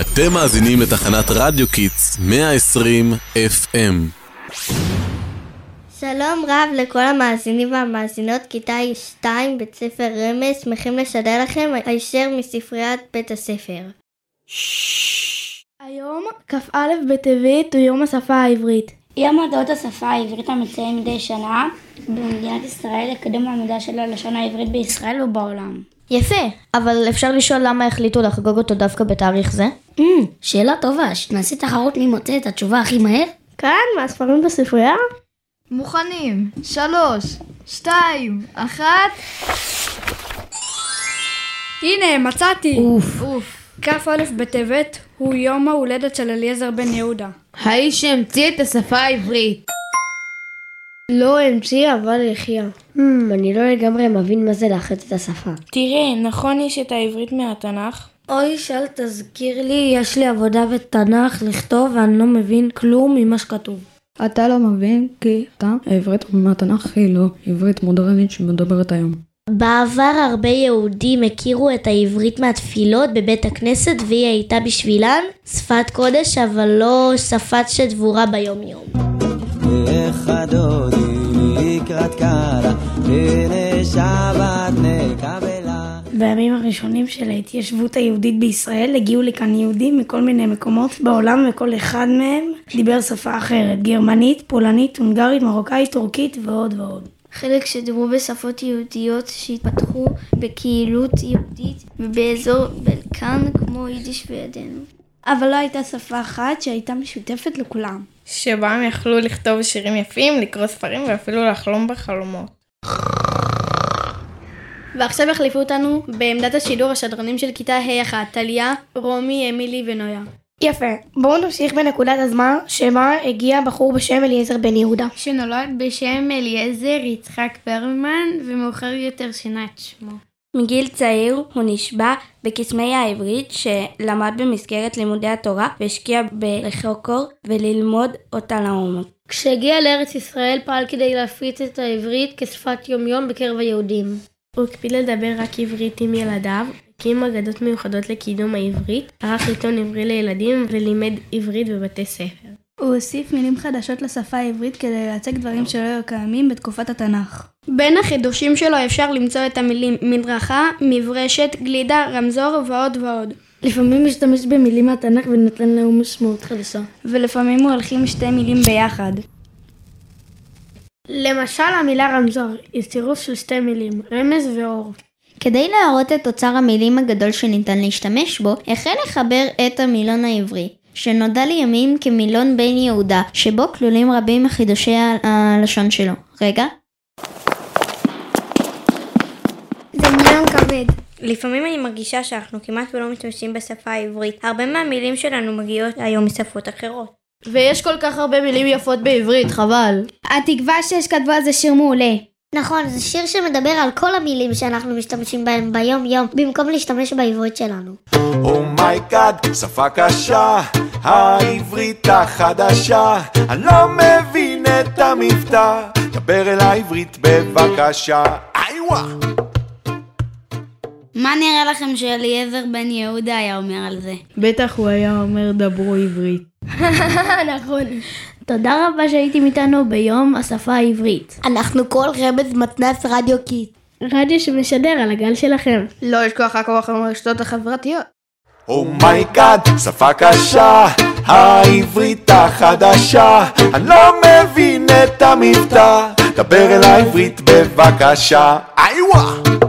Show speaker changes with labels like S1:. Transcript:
S1: אתם מאזינים לתחנת רדיו קיטס 120 FM.
S2: שלום רב לכל המאזינים והמאזינות, כיתה 2, בית ספר רמז, שמחים לשדר לכם הישר מספריית בית הספר.
S3: היום כ"א בטבת הוא יום השפה העברית.
S4: יום הודעות השפה העברית המציין מדי שנה במדינת ישראל לקידום העמודה של הלשון העברית בישראל ובעולם.
S5: יפה, אבל אפשר לשאול למה החליטו לחגוג אותו דווקא בתאריך זה?
S6: אה, שאלה טובה, שנעשה תחרות מי מוצא את התשובה הכי מהר?
S2: כאן, מהספרים בספרייה?
S3: מוכנים, שלוש, שתיים, אחת. הנה, מצאתי. אוף. אוף. כ"א בטבת הוא יום ההולדת של אליעזר בן יהודה.
S7: האיש שהמציא את השפה העברית.
S2: לא המציא, אבל יחיה.
S3: Hmm.
S6: אני לא לגמרי מבין מה זה לאחד את השפה.
S8: תראה, נכון יש את העברית מהתנ"ך?
S9: אוי, שאל תזכיר לי, יש לי עבודה בתנ"ך לכתוב ואני לא מבין כלום ממה שכתוב.
S10: אתה לא מבין כי גם העברית מהתנ"ך היא לא עברית מודרנית שמדברת היום.
S5: בעבר הרבה יהודים הכירו את העברית מהתפילות בבית הכנסת והיא הייתה בשבילן שפת קודש אבל לא שפת שדבורה ביום יום.
S11: איך הדודי לקראת קלה, הנה שבת נקבלה.
S4: בימים הראשונים של ההתיישבות היהודית בישראל הגיעו לכאן יהודים מכל מיני מקומות בעולם וכל אחד מהם דיבר שפה אחרת, גרמנית, פולנית, הונגרית, מרוקאית, טורקית ועוד ועוד.
S3: חלק שדיברו בשפות יהודיות שהתפתחו בקהילות יהודית ובאזור בלקן כמו יידיש וירדן. אבל לא הייתה שפה אחת שהייתה משותפת לכולם.
S8: שבה הם יכלו לכתוב שירים יפים, לקרוא ספרים ואפילו לחלום בחלומות.
S3: ועכשיו יחליפו אותנו בעמדת השידור השדרנים של כיתה ה'1, טליה, רומי, אמילי ונויה.
S2: יפה, בואו נמשיך בנקודת הזמן שבה הגיע בחור בשם אליעזר בן יהודה.
S3: שנולד בשם אליעזר יצחק ברמן, ומאוחר יותר שינה את שמו.
S9: מגיל צעיר הוא נשבע בקסמי העברית שלמד במסגרת לימודי התורה והשקיע בחוקור וללמוד אותה לעומק.
S3: כשהגיע לארץ ישראל פעל כדי להפיץ את העברית כשפת יומיום בקרב היהודים.
S8: הוא הקפיד לדבר רק עברית עם ילדיו, הקים אגדות מיוחדות לקידום העברית, ערך עיתון עברי לילדים ולימד עברית בבתי ספר.
S3: הוא הוסיף מילים חדשות לשפה העברית כדי להצג דברים שלא היו קיימים בתקופת התנ"ך.
S7: בין החידושים שלו אפשר למצוא את המילים מדרכה, מברשת, גלידה, רמזור ועוד ועוד.
S9: לפעמים משתמש במילים מהתנ"ך ונותן להם משמעות חדשה.
S7: ולפעמים הוא הולכים שתי מילים ביחד.
S3: למשל המילה רמזור היא צירוף של שתי מילים, רמז ואור.
S5: כדי להראות את אוצר המילים הגדול שניתן להשתמש בו, החל לחבר את המילון העברי, שנודע לימים כמילון בן יהודה, שבו כלולים רבים מחידושי ה- הלשון שלו. רגע.
S3: זה מיליון כבד.
S9: לפעמים אני מרגישה שאנחנו כמעט ולא משתמשים בשפה העברית. הרבה מהמילים שלנו מגיעות היום משפות אחרות.
S7: ויש כל כך הרבה מילים יפות בעברית, חבל.
S3: התקווה שש כתבה זה שיר מעולה.
S2: נכון, זה שיר שמדבר על כל המילים שאנחנו משתמשים בהם ביום-יום, במקום להשתמש בעברית שלנו.
S12: אומייגאד, שפה קשה, העברית החדשה, אני לא מבין את המבטא, דבר אל העברית בבקשה. איי וואה!
S4: מה נראה לכם שאליעזר בן יהודה היה אומר על זה?
S7: בטח הוא היה אומר דברו עברית.
S5: תודה רבה שהייתם איתנו ביום השפה העברית.
S2: אנחנו כל רמז מתנ"ס רדיו קיט.
S8: רדיו שמשדר על הגל שלכם.
S7: לא לשכוח הכוח עם הרשתות החברתיות.
S12: אומייגאד, שפה קשה, העברית החדשה, אני לא מבין את המבטא, דבר אל העברית בבקשה. איי וואה!